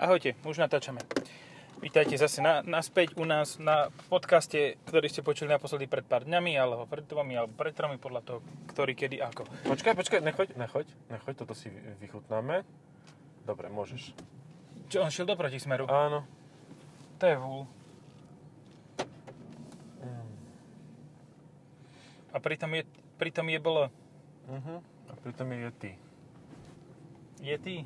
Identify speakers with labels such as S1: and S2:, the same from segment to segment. S1: Ahojte, už natáčame. Vítajte zase na, naspäť u nás na podcaste, ktorý ste počuli naposledy pred pár dňami, alebo pred dvomi, alebo pred tromi, podľa toho, ktorý, kedy, ako.
S2: Počkaj, počkaj, nechoď, nechoď, nechoď, toto si vy- vychutnáme. Dobre, môžeš.
S1: Čo, on šiel do protismeru? A...
S2: Áno.
S1: To je vúl.
S2: Mm,
S1: A pritom je, pritom je bolo
S2: Uh-huh. A pritom je Yeti.
S1: Yeti.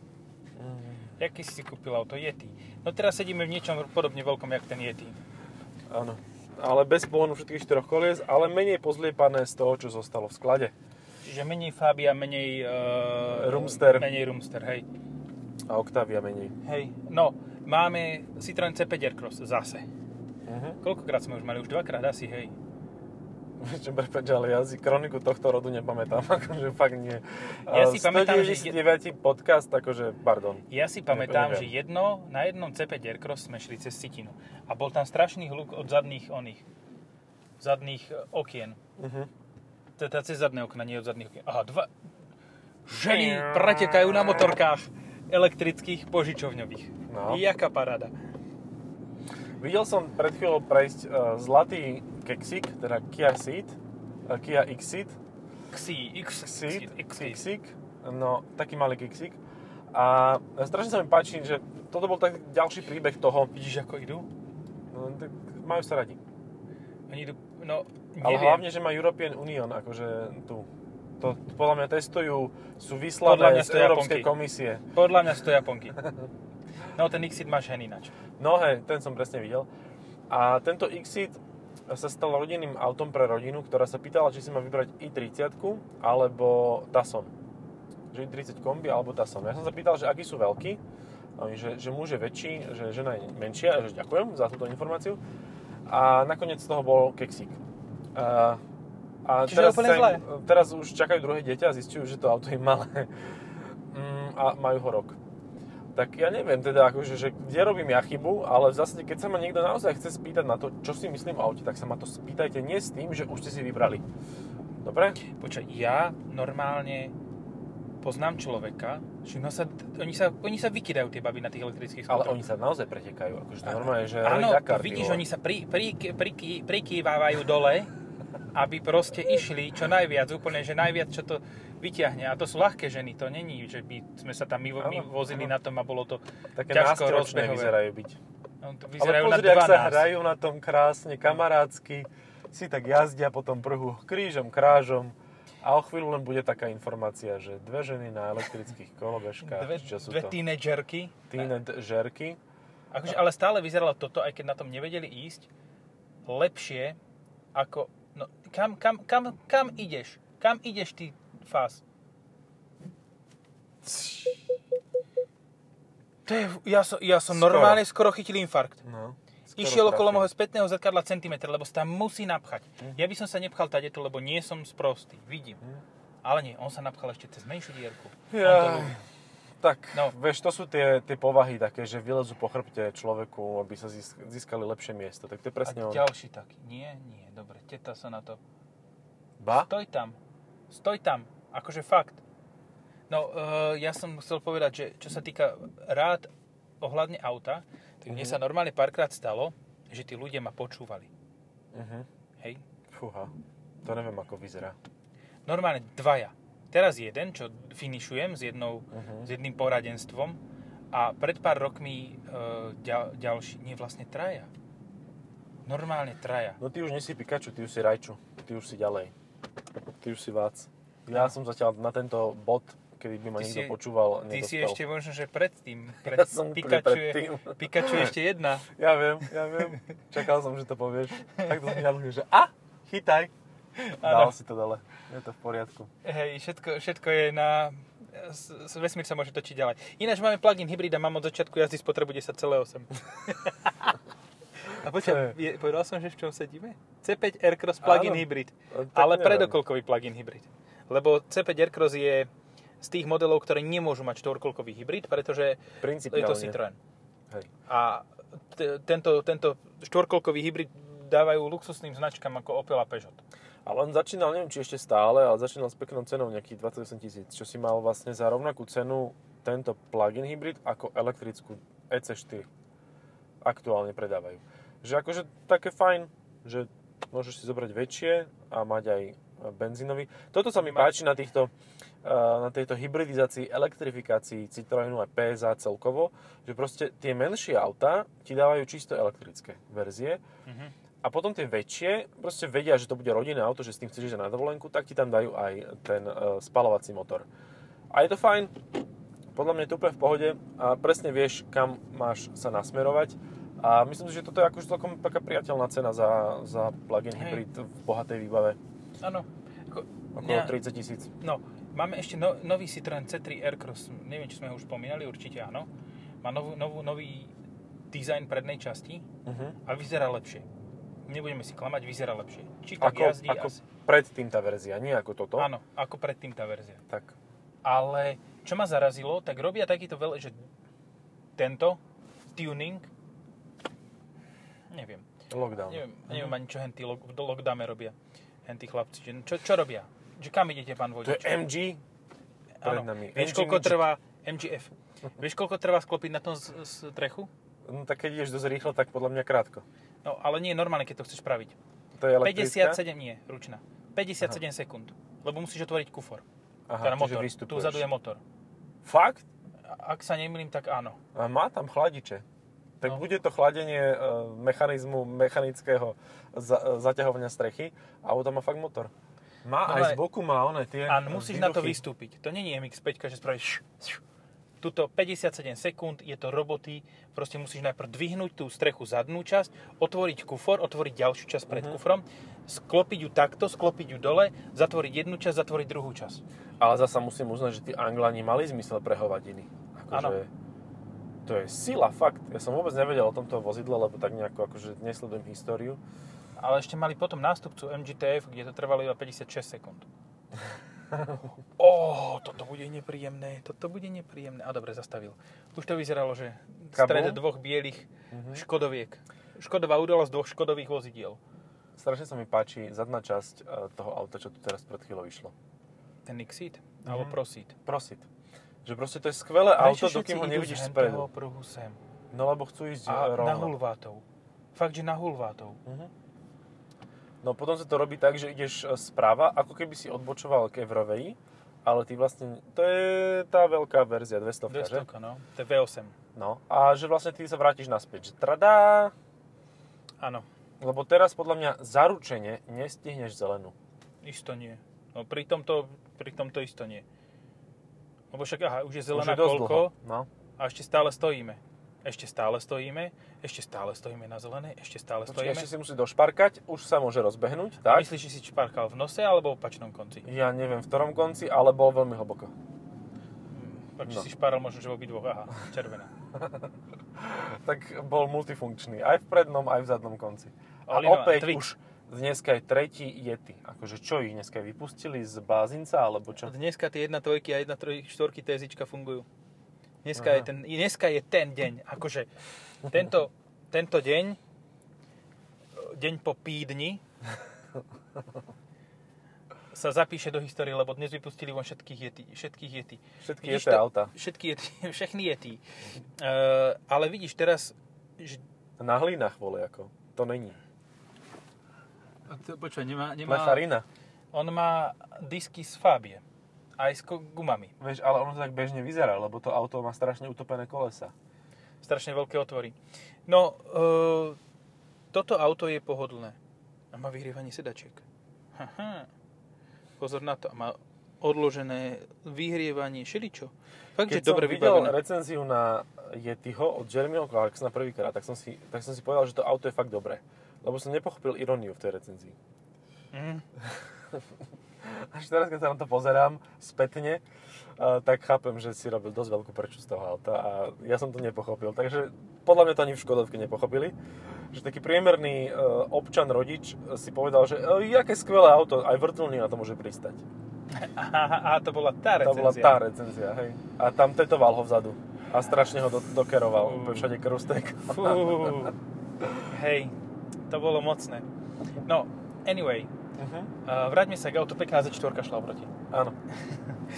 S2: Mm.
S1: Jaký si si kúpil auto? Yeti. No teraz sedíme v niečom podobne veľkom, jak ten Yeti.
S2: Áno. Ale bez pônu všetkých štyroch kolies, ale menej pozliepané z toho, čo zostalo v sklade.
S1: Čiže menej Fabia, menej... Uh,
S2: Roomster.
S1: Menej Roomster, hej.
S2: A Octavia menej.
S1: Hej. No, máme Citroen C5 Cross zase.
S2: Uh-huh.
S1: Koľkokrát sme už mali? Už dvakrát asi, hej.
S2: Čo prepač, ale ja si kroniku tohto rodu nepamätám, akože fakt nie.
S1: Ja si
S2: A
S1: pamätám, že-
S2: 199. podcast, akože, pardon.
S1: Ja si pamätám, že
S2: neviem.
S1: jedno, na jednom C5 Aircross sme šli cez Citinu. A bol tam strašný hluk od zadných oných, zadných e, okien.
S2: Uh-huh.
S1: Teda cez zadné okna, nie od zadných okien. Aha, dva... Ženy pretekajú na motorkách elektrických požičovňových.
S2: No.
S1: Jaká paráda.
S2: Videl som pred chvíľou prejsť uh, zlatý keksik, teda Kia Ceed, uh, Kia Xceed,
S1: Xi, X,
S2: Xceed,
S1: X, X,
S2: keksik, no taký malý keksik. A strašne sa mi páči, že toto bol tak ďalší príbeh toho,
S1: Vidíš, ako idú?
S2: no, tak majú sa radi.
S1: Oni idú, no,
S2: Ale
S1: neviem.
S2: hlavne, že má European Union, akože tu. To podľa mňa testujú, sú
S1: Podľa
S2: vyslané
S1: mňa
S2: z
S1: sú Japonky.
S2: Európskej komisie.
S1: Podľa mňa sú to Japonky. No, ten Xit máš hen ináč.
S2: No hej, ten som presne videl. A tento Xit sa stal rodinným autom pre rodinu, ktorá sa pýtala, či si má vybrať i30 alebo Tucson. Že i30 kombi alebo Tucson. Ja som sa pýtal, že akí sú veľkí. A oni, že, že muž je väčší, že žena je menšia. A že ďakujem za túto informáciu. A nakoniec z toho bol keksík. A, a
S1: Čiže
S2: teraz,
S1: úplne
S2: sa im-
S1: zle.
S2: teraz už čakajú druhé dieťa a zistujú, že to auto je malé. Mm, a majú ho rok. Tak ja neviem teda, akože, že kde robím ja chybu, ale v zásade, keď sa ma niekto naozaj chce spýtať na to, čo si myslím o aute, tak sa ma to spýtajte nie s tým, že už ste si vybrali. Dobre?
S1: Počkaj, ja normálne poznám človeka, že no sa, oni, sa, oni sa vykydajú tie baby na tých elektrických
S2: Ale
S1: skútroch.
S2: oni sa naozaj pretekajú, akože to normálne, že
S1: Áno,
S2: Rally Dakar, ty
S1: vidíš,
S2: vole.
S1: oni sa pri, pri, pri, prikývávajú dole, aby proste išli čo najviac, úplne, že najviac, čo to vyťahne. A to sú ľahké ženy, to není, že by sme sa tam my, my
S2: Áno,
S1: vozili na
S2: áno.
S1: tom a bolo to
S2: Také
S1: ťažko
S2: nástročné
S1: rozbehové.
S2: vyzerajú byť.
S1: no, to
S2: Ale
S1: vyzerajú
S2: pozri,
S1: na
S2: ak
S1: 12.
S2: sa hrajú na tom krásne, kamarádsky, si tak jazdia po tom prhu krížom, krážom. A o chvíľu len bude taká informácia, že dve ženy na elektrických kolobežkách,
S1: Dve,
S2: čo sú
S1: dve
S2: to?
S1: tínedžerky.
S2: Tínedžerky.
S1: Akože, ale stále vyzeralo toto, aj keď na tom nevedeli ísť, lepšie ako... No, kam, kam, kam, kam ideš? Kam ideš ty fás? To je, ja, som, ja som
S2: Skoro.
S1: normálne skoro chytil infarkt.
S2: No. skoro
S1: Išiel okolo
S2: trafil.
S1: môjho spätného zrkadla centimetr, lebo sa tam musí napchať.
S2: Mhm.
S1: Ja by som sa nepchal tadeto, lebo nie som sprostý. Vidím. Ale nie, on sa napchal ešte cez menšiu dierku. On to
S2: Ja.
S1: ľúbi.
S2: Tak,
S1: No.
S2: no. vieš, to sú tie, tie povahy také, že vylezú po chrbte človeku, aby sa získ- získali lepšie miesto. Tak to je
S1: A
S2: presne on.
S1: ďalší taký. Nie, nie, dobre, teta sa na to.
S2: Ba?
S1: Stoj tam. Stoj tam. Akože fakt. No, e, ja som chcel povedať, že čo sa týka rád ohľadne auta, tak mne sa normálne párkrát stalo, že tí ľudia ma počúvali.
S2: Mhm.
S1: Hej?
S2: Fúha. To neviem, ako vyzerá.
S1: Normálne dvaja. Teraz jeden, čo finišujem s, jednou,
S2: Mhm.
S1: s jedným poradenstvom a pred pár rokmi e, ďal, ďalší, nie vlastne traja. Normálne traja.
S2: No ty už nie si Pikachu, ty už si Rajču. Ty už si ďalej. Ty už si Vác. Ja som zatiaľ na tento bod, kedy by ma
S1: Ty
S2: niekto
S1: si-
S2: počúval,
S1: Ty si
S2: nedospel.
S1: ešte možno, že predtým. Pred,
S2: No, Ja som úplne
S1: Pikachu, je-
S2: predtým.
S1: Pikachu je ešte jedna.
S2: Ja viem, ja viem. Čakal som, že to povieš. Tak to som ďalej, že a, chytaj.
S1: Áno.
S2: Dal si to dole. Je to v poriadku.
S1: Hej, všetko, všetko je na... s- s- Vesmír sa môže točiť ďalej. Ináč máme plug-in hybrida, mám od začiatku jazdy spotrebu 10,8. A
S2: To
S1: počkaj,
S2: je-
S1: je- povedal som, že v čom sedíme? C5 Aircross plug-in
S2: Áno.
S1: hybrid.
S2: Ale tak
S1: Ale
S2: neviem.
S1: predokolkový plug-in hybrid. Lebo C5 Aircross je z tých modelov, ktoré nemôžu mať štvorkolkový hybrid, pretože je
S2: Principiálne.
S1: to Citroën.
S2: Hej.
S1: A t- tento, tento štvorkolkový hybrid dávajú luxusným značkám ako Opel a Peugeot.
S2: Ale on začínal, neviem či ešte stále, ale začínal s peknou cenou nejakých 28 tisíc, čo si mal vlastne za rovnakú cenu tento plug-in hybrid ako elektrickú EC4 aktuálne predávajú. Že akože také fajn, že môžeš si zobrať väčšie a mať aj benzínový. Toto sa mi páči na, týchto, eh, na tejto hybridizácii, elektrifikácii Citroenu a PSA celkovo, že proste tie menšie auta ti dávajú čisto elektrické verzie
S1: Mhm.
S2: a potom tie väčšie proste vedia, že to bude rodinné auto, že s tým chceš ísť na dovolenku, tak ti tam dajú aj ten eh, spalovací motor. A je to fajn, podľa mňa je to úplne v pohode a presne vieš, kam máš sa nasmerovať. A myslím si, že toto je akože celkom taká priateľná cena za, za plug-in
S1: Hej.
S2: hybrid v bohatej výbave.
S1: Áno. Ako-
S2: Okolo
S1: mňa-
S2: 30 tisíc.
S1: No, máme ešte no, nový Citroen C3 Aircross. Neviem, či sme ho už spomínali, určite áno. Má novú, novú, nový dizajn prednej časti
S2: Uh-huh.
S1: a vyzerá lepšie. Nebudeme si klamať, vyzerá lepšie. Či tak
S2: Ako,
S1: jazdí,
S2: ako
S1: asi-
S2: predtým tá verzia, nie ako toto.
S1: áno, ako predtým tá verzia.
S2: Tak.
S1: Ale čo ma zarazilo, tak robia takýto veľ, že tento tuning, neviem,
S2: Lockdown.
S1: neviem, neviem
S2: Mhm.
S1: ani čo hentí lo- do lockdowne robia. Hentí chlapci, že čo, čo robia? Že kam idete, pán
S2: To je
S1: vodič?
S2: MG. pred
S1: Áno.
S2: nami.
S1: Vieš,
S2: MG
S1: koľko
S2: Midget.
S1: trvá MGF? Vieš, koľko trvá sklopiť na tom z- strechu?
S2: No tak keď ideš dosť rýchlo, tak podľa mňa krátko.
S1: No, ale nie je normálne, keď to chceš spraviť.
S2: To je elektrická.
S1: 57, nie, ručná. 57 sekúnd. Lebo musíš otvoriť kufor.
S2: Aha,
S1: teda
S2: čiže
S1: motor. Tu
S2: vystupuješ.
S1: vzadu je motor.
S2: Fakt?
S1: A- Ak sa nemýlim, tak áno.
S2: A má tam chladiče.
S1: No.
S2: Tak bude to chladenie e, mechanizmu mechanického za, e, zaťahovania strechy a auto má fakt motor. Má
S1: No
S2: aj
S1: ale-
S2: z boku, má one tie
S1: A
S2: e,
S1: musíš na to
S2: výbuchy.
S1: vystúpiť. To není MX-5, že spravíš š, š. Tuto 57 sekúnd, je to roboty, proste musíš najprv dvihnúť tú strechu zadnú časť, otvoriť kufor, otvoriť ďalšiu časť pred
S2: Mhm.
S1: kufrom, sklopiť ju takto, sklopiť ju dole, zatvoriť jednu časť, zatvoriť druhú časť.
S2: Ale zasa musím uznať, že tí Anglani mali zmysel pre hovadiny.
S1: Áno.
S2: Akože, to je sila, fakt. Ja som vôbec nevedel o tomto vozidle, lebo tak nejako akože nesledujem históriu.
S1: Ale ešte mali potom nástupcu MGTF, kde to trvalo iba 56 sekúnd. Ó, toto bude nepríjemné, toto bude nepríjemné. A dobre, zastavil. Už to vyzeralo, že v
S2: Kabum?
S1: strede dvoch bielých Mhm. škodoviek. Škodová udala z dvoch škodových vozidiel.
S2: Strašne sa mi páči zadná časť e, toho auta, čo tu teraz pred chvíľou išlo.
S1: Ten Nixit, alebo Prosit.
S2: Prosit. Že proste to je skvelé auto,
S1: Prečo všetci
S2: dokým ho
S1: idú z
S2: nevidíš
S1: henteho
S2: spredu.
S1: pruhu sem?
S2: No lebo chcú ísť
S1: A
S2: e,
S1: na
S2: rovno.
S1: hulvátov. Fakt, že na hulvátov.
S2: Mhm. No potom sa to robí tak, že ideš e, správa, ako keby si odbočoval k Evroveji, ale ty vlastne, to je tá veľká verzia, 200, že?
S1: 200, no. To je V8.
S2: No, a že vlastne ty sa vrátiš naspäť, že tradá,
S1: Áno,
S2: lebo teraz podľa mňa zaručene nestihneš zelenú.
S1: isto nie. No pri tomto, pri tomto isto nie. Lebo však, aha, už je zelená
S2: Už je dosť
S1: koľko
S2: dlho. No.
S1: a ešte stále stojíme. Ešte stále stojíme, ešte stále stojíme na zelenej, ešte stále
S2: Počkaj,
S1: stojíme.
S2: ešte si musí došparkať, už sa môže rozbehnúť,
S1: A
S2: tak?
S1: myslíš, že si šparkal v nose alebo v opačnom konci?
S2: Ja neviem v ktorom konci, ale bol veľmi hlboko.
S1: Tak
S2: No.
S1: no. si šparal možno, že v obidvoch, aha, červená.
S2: Tak bol multifunkčný, aj v prednom, aj v zadnom konci. A
S1: Olinová,
S2: opäť
S1: Twix.
S2: už dneska je tretí Yeti. Akože čo ich dneska vypustili z bázinca, alebo čo?
S1: Dneska tie 1.3 a 1.4 TSIčka fungujú. Dneska
S2: Aha.
S1: je, ten, dneska je ten deň. Akože tento, tento deň, deň po pídni, sa zapíše do histórie, lebo dnes vypustili von všetkých jety. Všetkých jety.
S2: Všetky
S1: Vidíš
S2: Yeti
S1: to-
S2: auta.
S1: Všetky jety, všechny jety. ale vidíš teraz, že...
S2: Na hlinách vole ako. To není.
S1: Počkaj, nemá...
S2: Na farina.
S1: On má disky z Fábie. Aj s ko- gumami.
S2: Vieš, ale ono to tak bežne vyzerá, lebo to auto má strašne utopené kolesa.
S1: strašne veľké otvory. No, e, toto auto je pohodlné. A má vyhrievanie sedačiek. Aha. Pozor na to. A má odložené vyhrievanie šeličo. Fakt, že
S2: Keď
S1: dobre
S2: som videl
S1: vybavené.
S2: recenziu na Yetiho od Jeremyho Clarksona prvýkrát, tak som, si, tak som si povedal, že to auto je fakt dobré. Lebo som nepochopil iróniu v tej recenzii.
S1: Mm.
S2: Až teraz, keď sa na to pozerám spätne, uh, tak chápem, že si robil dosť veľkú prču z toho auta a ja som to nepochopil. Takže podľa mňa to ani v Škodovke nepochopili. Že taký priemerný uh, občan, rodič eh, si povedal, že uh, aké skvelé auto, aj vrtulník na to môže pristať.
S1: Aha, aha, to bola tá
S2: To
S1: recenzia.
S2: bola tá recenzia, hej. A tam tetoval ho vzadu. A strašne ho do, dokeroval, úplne všade krustek.
S1: Fú, hej, to bolo mocné. No, anyway,
S2: Uh-huh.
S1: Uh, vráťme sa k autu, pekná Z4 šla oproti.
S2: Áno,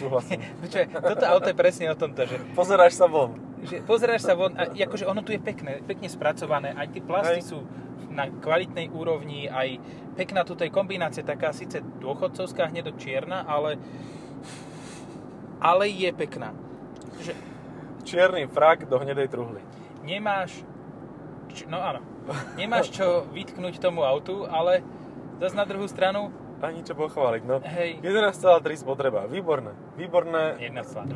S2: súhlasím.
S1: Počúvaj, toto auto je presne o tomto, že,
S2: Pozeráš sa von.
S1: že pozeráš sa von a akože ono tu je pekné, pekne spracované, aj tie plasty
S2: Hej.
S1: sú na kvalitnej úrovni, aj pekná tu je kombinácia, taká síce dôchodcovská, hnedo čierna, ale, ale je pekná. Že
S2: Čierny frak do hnedej truhly.
S1: nemáš, č, no áno, nemáš čo vytknúť tomu autu, ale zase na druhú stranu,
S2: Ani čo pochváliť, no.
S1: hej,
S2: 11,3 spotreba, výborné, výborné.
S1: 1,2.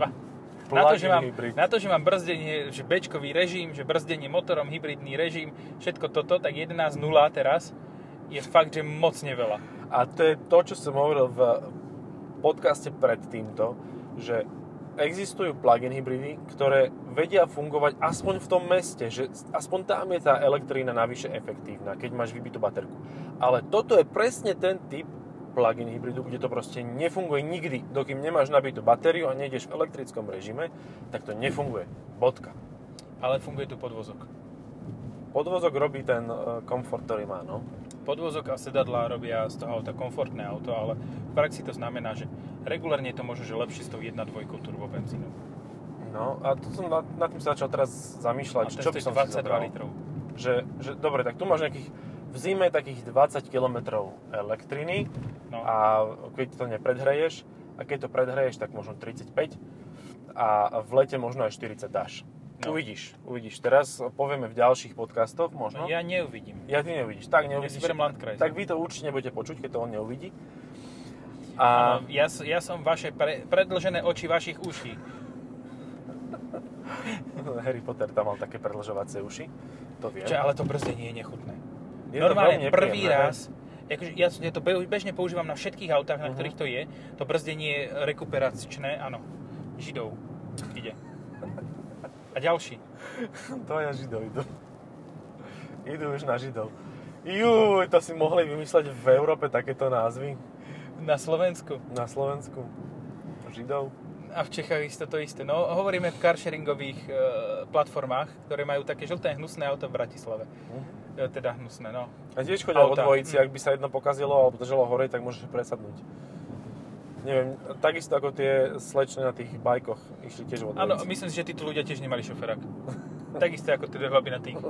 S1: Na to,
S2: plug-in
S1: že mám,
S2: hybrid.
S1: na to, že mám brzdenie, že bečkový režim, že brzdenie motorom, hybridný režim, všetko toto, tak 11.0 teraz je fakt, že moc neveľa.
S2: A to je to, čo som hovoril v podcaste pred týmto, že existujú plug-in hybridy, ktoré vedia fungovať aspoň v tom meste, že aspoň tam je tá elektrína navyše efektívna, keď máš vybitú baterku. Ale toto je presne ten typ plug-in hybridu, kde to proste nefunguje nikdy. Dokým nemáš nabitú batériu a nejdeš v elektrickom režime, tak to nefunguje. Bodka.
S1: Ale funguje tu podvozok.
S2: Podvozok robí ten e, komfort, ktorý má, no.
S1: Podvozok a sedadlá robia z toho auta komfortné auto, ale v praxi to znamená, že regulárne je to možno, že lepšie s tou 1.2 turbobenzínou.
S2: No a to som nad, nad tým sa začal teraz
S1: A
S2: zamýšľať, že
S1: to
S2: čo by
S1: je
S2: som si
S1: 22
S2: zobral.
S1: litrov.
S2: Že, že, dobre, tak tu máš nejakých v zime takých 20 km elektriny
S1: No.
S2: a keď to nepredhreješ a keď to predhreješ, tak možno 35 a v lete možno aj 40 dáš.
S1: No.
S2: Uvidíš, uvidíš. Teraz povieme v ďalších podcastoch
S1: No,
S2: možno.
S1: ja neuvidím.
S2: ja ty neuvidíš, tak
S1: Ja si
S2: neuvidíš.
S1: berem Landkreis.
S2: tak vy to určite nebudete počuť, keď to on neuvidí.
S1: Áno,
S2: A,
S1: ja, s- ja som vaše pre, predlžené oči vašich uší.
S2: Harry Potter tam mal také predlžovacie uši, to viem.
S1: Čo, ale to brzdenie je nechutné.
S2: Je to veľmi
S1: Normálne
S2: nepríjemné,
S1: prvý
S2: hej.
S1: raz, akože ja, ja to be- bežne používam na všetkých autách, na
S2: Mhm.
S1: ktorých to je, to brzdenie je rekuperačné, áno, židov ide. A ďalší.
S2: To je Židov idú. Idú už na Židov. Juj, to si mohli vymysleť v Európe takéto názvy
S1: Na Slovensku.
S2: na Slovensku. Židov.
S1: A v Čechách isto to isté. No, hovoríme v carsharingových e, platformách, ktoré majú také žlté hnusné auto v Bratislave. E, teda hnusné, no.
S2: A tiež chodia o
S1: Autá.
S2: dvojici,
S1: Mm.
S2: ak by sa jedno pokazilo alebo držalo hore, tak môžeš presadnúť. Neviem, takisto ako tie slečne na tých bajkoch išli tiež o
S1: Áno,
S2: dvojici.
S1: myslím si, že títo ľudia tiež nemali šoferák. Takisto ako tie hlaby na tých e,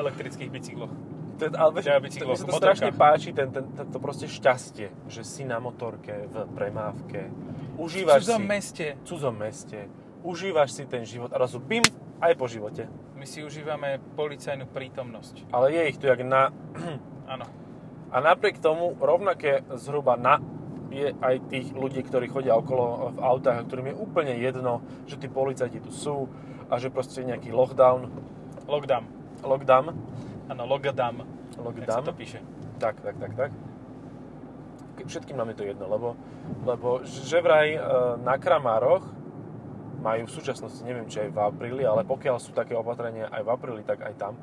S1: elektrických bicykloch.
S2: To je- ale vieš,
S1: Teda
S2: to,
S1: bicyklo v
S2: mi sa to
S1: motorkách.
S2: strašne páči, ten, ten, ten, to proste šťastie, že si na motorke, v premávke,
S1: V
S2: užívaš
S1: cudzom
S2: si...
S1: meste
S2: v cudzom meste, užívaš si ten život a razu bim, aj po živote.
S1: my si užívame policajnú prítomnosť.
S2: Ale je ich tu jak na...
S1: Áno.
S2: A napriek tomu rovnaké zhruba na je aj tých ľudí, ktorí chodia okolo v autách, a ktorým je úplne jedno, že tí policajti tu sú a že proste nejaký lockdown,
S1: Lockdown.
S2: lockdown,
S1: Áno, lockdown. Jak sa to
S2: lockdown,
S1: píše.
S2: tak, tak, tak, tak. Ke- Všetkým nám je to jedno, lebo, lebo že vraj e, na Kramároch majú v súčasnosti, neviem či aj v apríli, ale pokiaľ sú také opatrenia aj v apríli, tak aj tam, e,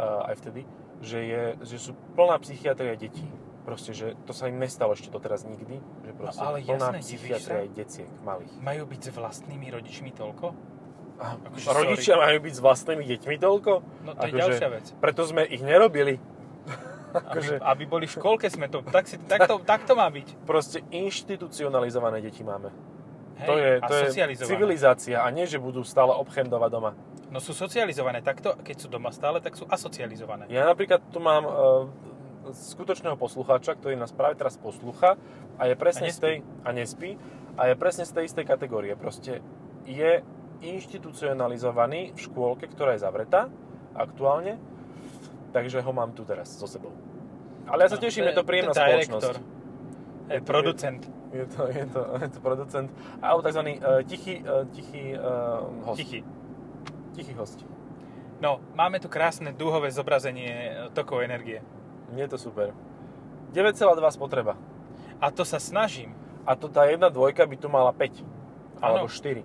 S2: aj vtedy, že, je, že sú plná psychiatria detí. Proste, že to sa im nestalo ešte doteraz nikdy, že proste
S1: No, ale jasné,
S2: plná
S1: divíš
S2: psychiatria
S1: sa?
S2: detiek malých.
S1: Majú byť s vlastnými rodičmi toľko?
S2: A
S1: Akože
S2: rodičia majú byť s vlastnými deťmi toľko?
S1: No to je
S2: Akože-
S1: ďalšia vec.
S2: Preto sme ich nerobili. akože-
S1: Aby, aby boli v školke sme to, tak, si, tak, to, tak to má byť.
S2: Proste inštitucionalizované deti máme.
S1: Hej,
S2: to je,
S1: a
S2: to je
S1: socializované.
S2: civilizácia a nie, že budú stále obchendovať doma.
S1: No sú socializované takto, a keď sú doma stále, tak sú asocializované.
S2: Ja napríklad tu mám e, skutočného poslucháča, ktorý nás práve teraz poslucha a je presne
S1: A
S2: z tej, a nespí, a je presne z tej istej kategórie. Proste je inštitucionalizovaný v škôlke, ktorá je zavretá aktuálne, takže ho mám tu teraz so sebou. Ale ja sa
S1: No,
S2: teším, je to príjemná
S1: direktor.
S2: spoločnosť.
S1: Je
S2: to-
S1: producent.
S2: Je to, je, to, je to producent, alebo tzv. e, tichý, e, tichý e, host.
S1: Tichý.
S2: Tichý host.
S1: No, máme tu krásne dúhové zobrazenie e, tokov energie.
S2: Je to super. 9,2 spotreba.
S1: A to sa snažím.
S2: A to tá jedna dvojka by tu mala 5. Alebo
S1: Áno.
S2: 4.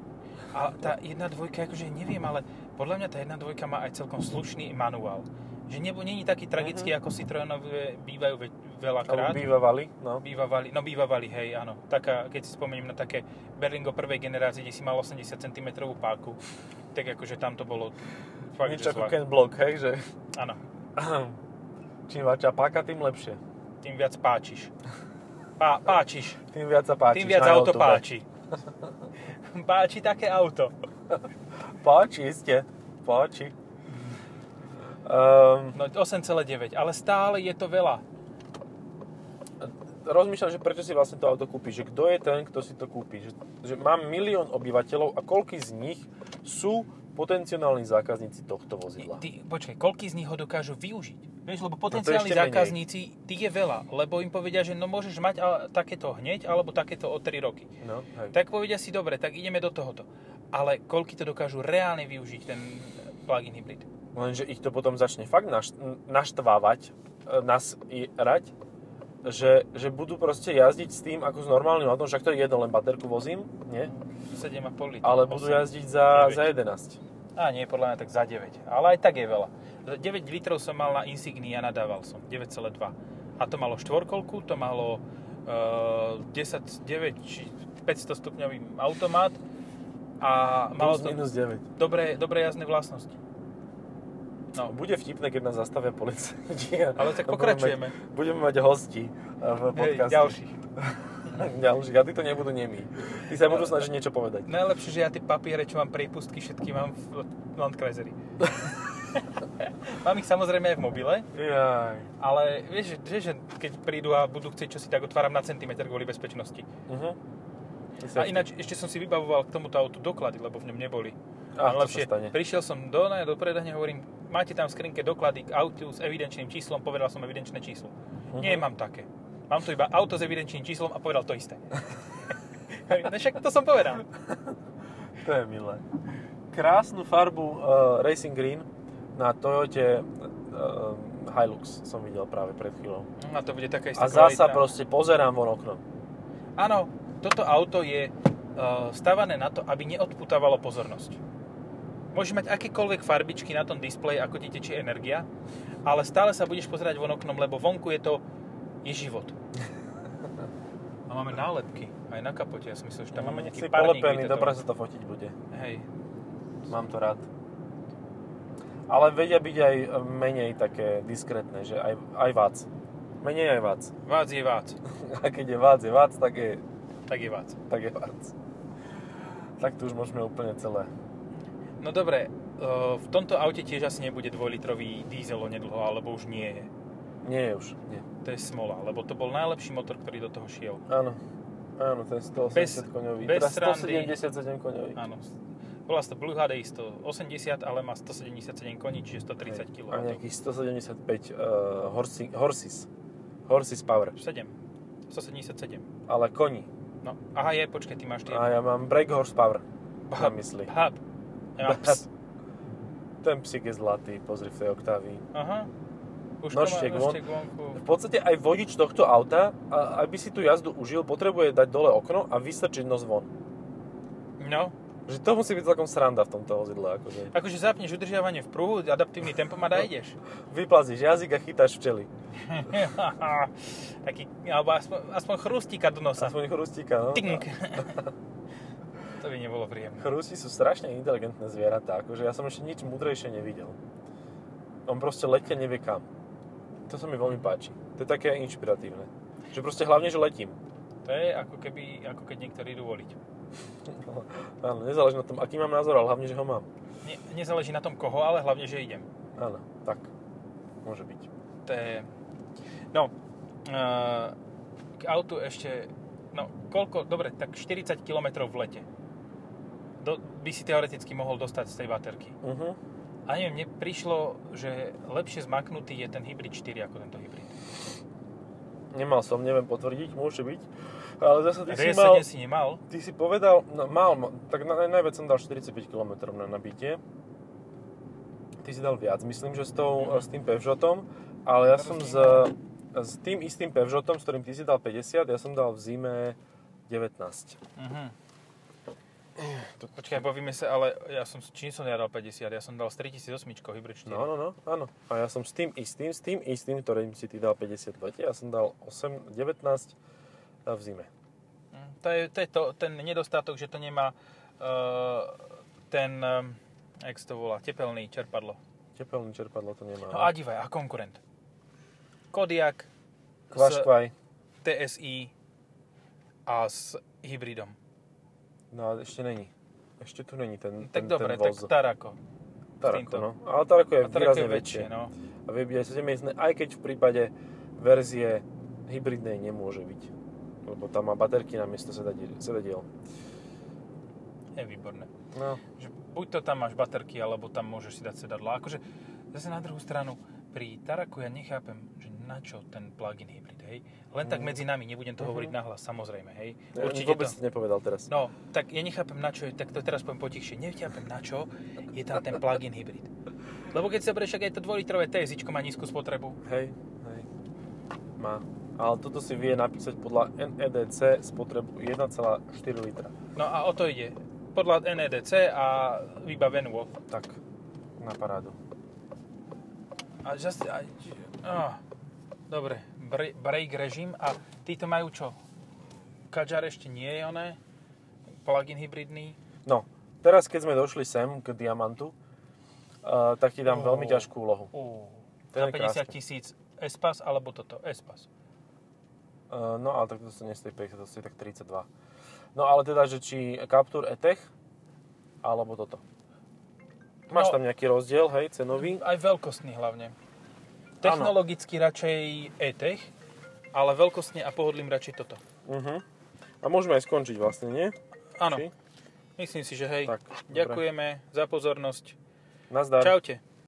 S1: A tá jedna dvojka, akože neviem, ale podľa mňa tá jedna dvojka má aj celkom slušný manuál. Že nebo, není taký tragický, ako Citroenové bývajú ve,
S2: Mhm. Alebo
S1: veľakrát.
S2: bývavali. No.
S1: Bývavali, no bývavali, hej, áno. Taká, keď si spomeniem na také Berlingo prvej generácie, kde si mal 80 cm páku, tak akože tam to bolo fakt,
S2: Niečo
S1: že
S2: ako
S1: zlé.
S2: Ken Block, hej, že
S1: Áno,
S2: čím vača páka, tým lepšie.
S1: tým viac páčiš. Pá, páčiš.
S2: Tým viac sa páči.
S1: Tým viac auto páči. páči také auto.
S2: Páči, iste. Páči. Um,
S1: No 8,9, ale stále je to veľa.
S2: rozmýšľam, že prečo si vlastne to auto kúpi, že kto je ten, kto si to kúpi. Že, že mám milión obyvateľov a koľky z nich sú potenciálni zákazníci tohto vozidla.
S1: Ty, počkaj, koľký z nich ho dokážu využiť? No Vieš, lebo
S2: ešte
S1: potenciálni
S2: menej.
S1: zákazníci, tých je veľa, lebo im povedia, že no môžeš mať ale, takéto hneď, alebo takéto o 3 roky.
S2: No, hej.
S1: Tak povedia si, dobre, tak ideme do tohoto. Ale koľky to dokážu reálne využiť, ten plug-in hybrid?
S2: Lenže ich to potom začne fakt naš, naštvávať, e, nás i rať, že, že budú proste jazdiť s tým, ako s normálnym autom, však to je jedno, len baterku vozím, nie?
S1: 7,5 litra.
S2: Ale budú
S1: osem.
S2: jazdiť za,
S1: deväť.
S2: za 11.
S1: A nie, podľa mňa tak za 9. Ale aj tak je veľa. 9 litrov som mal na Insigni a nadával som. 9,2. A to malo štvorkolku, to malo uh, 10, 9 či 500 stupňový automat a malo
S2: Plus
S1: to
S2: minus 9.
S1: dobré, dobré jazdné vlastnosti. No,
S2: Bude vtipné, keď nás zastavia policajti. no,
S1: Ale tak
S2: Budeme
S1: pokračujeme.
S2: Mať, budeme mať hosti e, v
S1: hej,
S2: podcaste.
S1: ďalších.
S2: Ďalší. A ty to nebudú nemí. Ty sa budú snažiť niečo povedať.
S1: Najlepšie, že ja tie papiere, čo mám priepustky, všetky mám v Landkreiseri. mám ich samozrejme aj v mobile,
S2: Jaj.
S1: ale vieš, že- vieš, že keď prídu a budú chcieť, čo si tak otváram na centimetr kvôli bezpečnosti.
S2: Mhm.
S1: A ináč ešte som si vybavoval k tomuto autu doklady, lebo v ňom neboli.
S2: Ah,
S1: A
S2: to sa stane.
S1: prišiel som do, ne, do predania, hovorím, máte tam v skrinke doklady k autu s evidenčným číslom, povedal som evidenčné číslo.
S2: Mhm.
S1: Nie, mám také. Mám tu iba auto s evidenčným číslom a povedal to isté. Hovorím, no však to som povedal.
S2: To je milé. Krásnu farbu uh, Racing Green na Toyote uh, Hilux som videl práve pred chvíľou.
S1: No, A to bude taká
S2: A
S1: istá kvalita.
S2: zasa proste pozerám von oknom.
S1: Áno, toto auto je e, stavané na to, aby neodputávalo pozornosť. Môžeš mať akékoľvek farbičky na tom displeji, ako ti tečie energia, ale stále sa budeš pozerať von oknom, lebo vonku je to je život. A máme nálepky aj na kapote, ja som myslel, že tam máme nejaký
S2: Mm, Si
S1: parník.
S2: polepený,
S1: vytetovaný.
S2: dobre sa to fotiť bude.
S1: Hej.
S2: Mám to rád. Ale vedia byť aj e, menej také diskrétne, že aj, aj vác. Menej aj vác.
S1: Vác je vác.
S2: A keď je vác, je vác, tak je,
S1: Tak je vác.
S2: tak je vác. Tak to už môžeme úplne celé.
S1: No dobre, e, v tomto aute tiež asi nebude 2-litrový diesel onedlho, alebo už nie je.
S2: Nie je už. Nie.
S1: To je smola, lebo to bol najlepší motor, ktorý do toho šiel.
S2: Áno. Áno, ten 180
S1: Bez-
S2: koňový.
S1: bez
S2: Teraz
S1: srandy.
S2: 177 koňový.
S1: Áno. Bola to Blue HD 180, ale má 177 koní, čiže 130 kW.
S2: A nejakých 175 uh, horsi, horsis. Horsis power.
S1: 7. 177.
S2: Ale koní.
S1: No. Aha, je, počkaj, ty máš tie...
S2: A ja mám brake horsepower. Na mysli.
S1: Hub. Ja mám
S2: Bab.
S1: ps.
S2: Ten psík je zlatý, pozri v tej oktávii.
S1: Aha. Už
S2: Nožtek von.
S1: nožtek vonku.
S2: V podstate aj vodič tohto auta, a- aby si tú jazdu užil, potrebuje dať dole okno a vystrčiť nos von.
S1: No.
S2: Že to musí byť celkom sranda v tomto vozidle. Akože.
S1: Akože zapneš udržiavanie v pruhu, adaptívny tempomat a ideš.
S2: Vyplazíš jazyk a chytáš včely.
S1: Taký, alebo aspoň, aspoň chrustíka do nosa.
S2: Aspoň chrustíka, no.
S1: Tink. to by nebolo príjemné.
S2: Chrusti sú strašne inteligentné zvieratá, akože ja som ešte nič múdrejšie nevidel. On proste letia nevie kam. To sa mi veľmi páči. To je také inšpiratívne. Že proste hlavne, že letím.
S1: To je ako keby, ako keď niektorí idú voliť.
S2: Áno, nezáleží na tom, aký mám názor, ale hlavne, že ho mám.
S1: Ne, nezáleží na tom koho, ale hlavne, že idem.
S2: Áno, tak. Môže byť.
S1: To je... No, e, k autu ešte... No, koľko? Dobre, tak 40 km v lete. Do, by si teoreticky mohol dostať z tej baterky.
S2: Uh-huh.
S1: A neviem, mne prišlo, že lepšie zmaknutý je ten hybrid 4 ako tento hybrid.
S2: Nemal som, neviem potvrdiť, môže byť. Ale zase ty si mal...
S1: RS7 si nemal.
S2: Ty si povedal, no, mal, ma- tak na, najviac som dal 45 km na nabitie. Ty si dal viac, myslím, že s, tou,
S1: Mhm.
S2: s tým Peugeotom, ale ja
S1: Teraz
S2: som
S1: nie.
S2: s, s tým istým Peugeotom, s ktorým ty si dal 50, ja som dal v zime 19.
S1: Mhm. Počkaj, bavíme sa, ale ja som, čím som ja dal 50? Ja som dal z 3008 hybrid 4.
S2: No, no, no, áno. A ja som s tým istým, s tým istým, ktorým si ty dal 50 v lete, ja som dal 8, 19 v zime.
S1: Mm, To je, to je to, ten nedostatok, že to nemá uh, ten, um, jak sa to volá, tepelný čerpadlo.
S2: Tepelné čerpadlo to
S1: No
S2: nemá.
S1: a divaj, a konkurent. Kodiak,
S2: Kvaškvaj.
S1: TSI, a s hybridom.
S2: No ale ešte není. Ešte tu není ten,
S1: Tak
S2: ten,
S1: dobre,
S2: ten
S1: tak
S2: voz.
S1: Tarako.
S2: Tarako,
S1: týmto.
S2: no. Ale Tarako je
S1: A Tarako
S2: výrazne
S1: je väčšie,
S2: väčšie.
S1: no.
S2: A vie byť aj 7 miestne, aj keď v prípade verzie hybridnej nemôže byť. Lebo tam má baterky na miesto sedadiel. sedadiel.
S1: Je výborné.
S2: No.
S1: Že buď to tam máš baterky, alebo tam môžeš si dať sedadla. Akože zase na druhú stranu, pri Taraku ja nechápem, že na čo ten plug-in hybrid, hej? Len tak
S2: Mhm.
S1: medzi nami, nebudem to
S2: Mhm.
S1: hovoriť nahlas, samozrejme, hej?
S2: Určite
S1: Určite
S2: vôbec
S1: to.
S2: to nepovedal teraz.
S1: No, tak ja nechápem na čo je, tak to teraz poviem potichšie, nechápem na čo je tam ten plug-in hybrid. Lebo keď sa berieš, však aj to 2-litrové TSI má nízku spotrebu.
S2: Hej, hej. Má. Ale toto si vie napísať podľa NEDC spotrebu 1,4 litra.
S1: No a o to ide. Podľa NEDC a vybavenú.
S2: Tak, na parádu.
S1: A just, a, a, dobre, Bre- break režim a títo majú čo? Kadžar ešte nie je oné, plug-in hybridný.
S2: No, teraz keď sme došli sem k diamantu, uh, tak ti dám
S1: Ó.
S2: veľmi ťažkú úlohu.
S1: Ó, za
S2: Ten je
S1: 50
S2: krásny.
S1: tisíc Espas alebo toto, Espas.
S2: Uh, no ale tak to sa nestojí 50, to stojí tak 32. No ale teda, že či Captur E E-Tech, alebo toto. Máš
S1: No.
S2: tam nejaký rozdiel, hej, cenový?
S1: Aj veľkostný hlavne. Technologicky radšej E-Tech, ale veľkostne a pohodlím radšej toto.
S2: Uh-huh. A môžeme aj skončiť vlastne, nie?
S1: Áno,
S2: Či?
S1: myslím si, že hej.
S2: Tak, dobre.
S1: Ďakujeme za pozornosť.
S2: Nazdar.
S1: Čaute.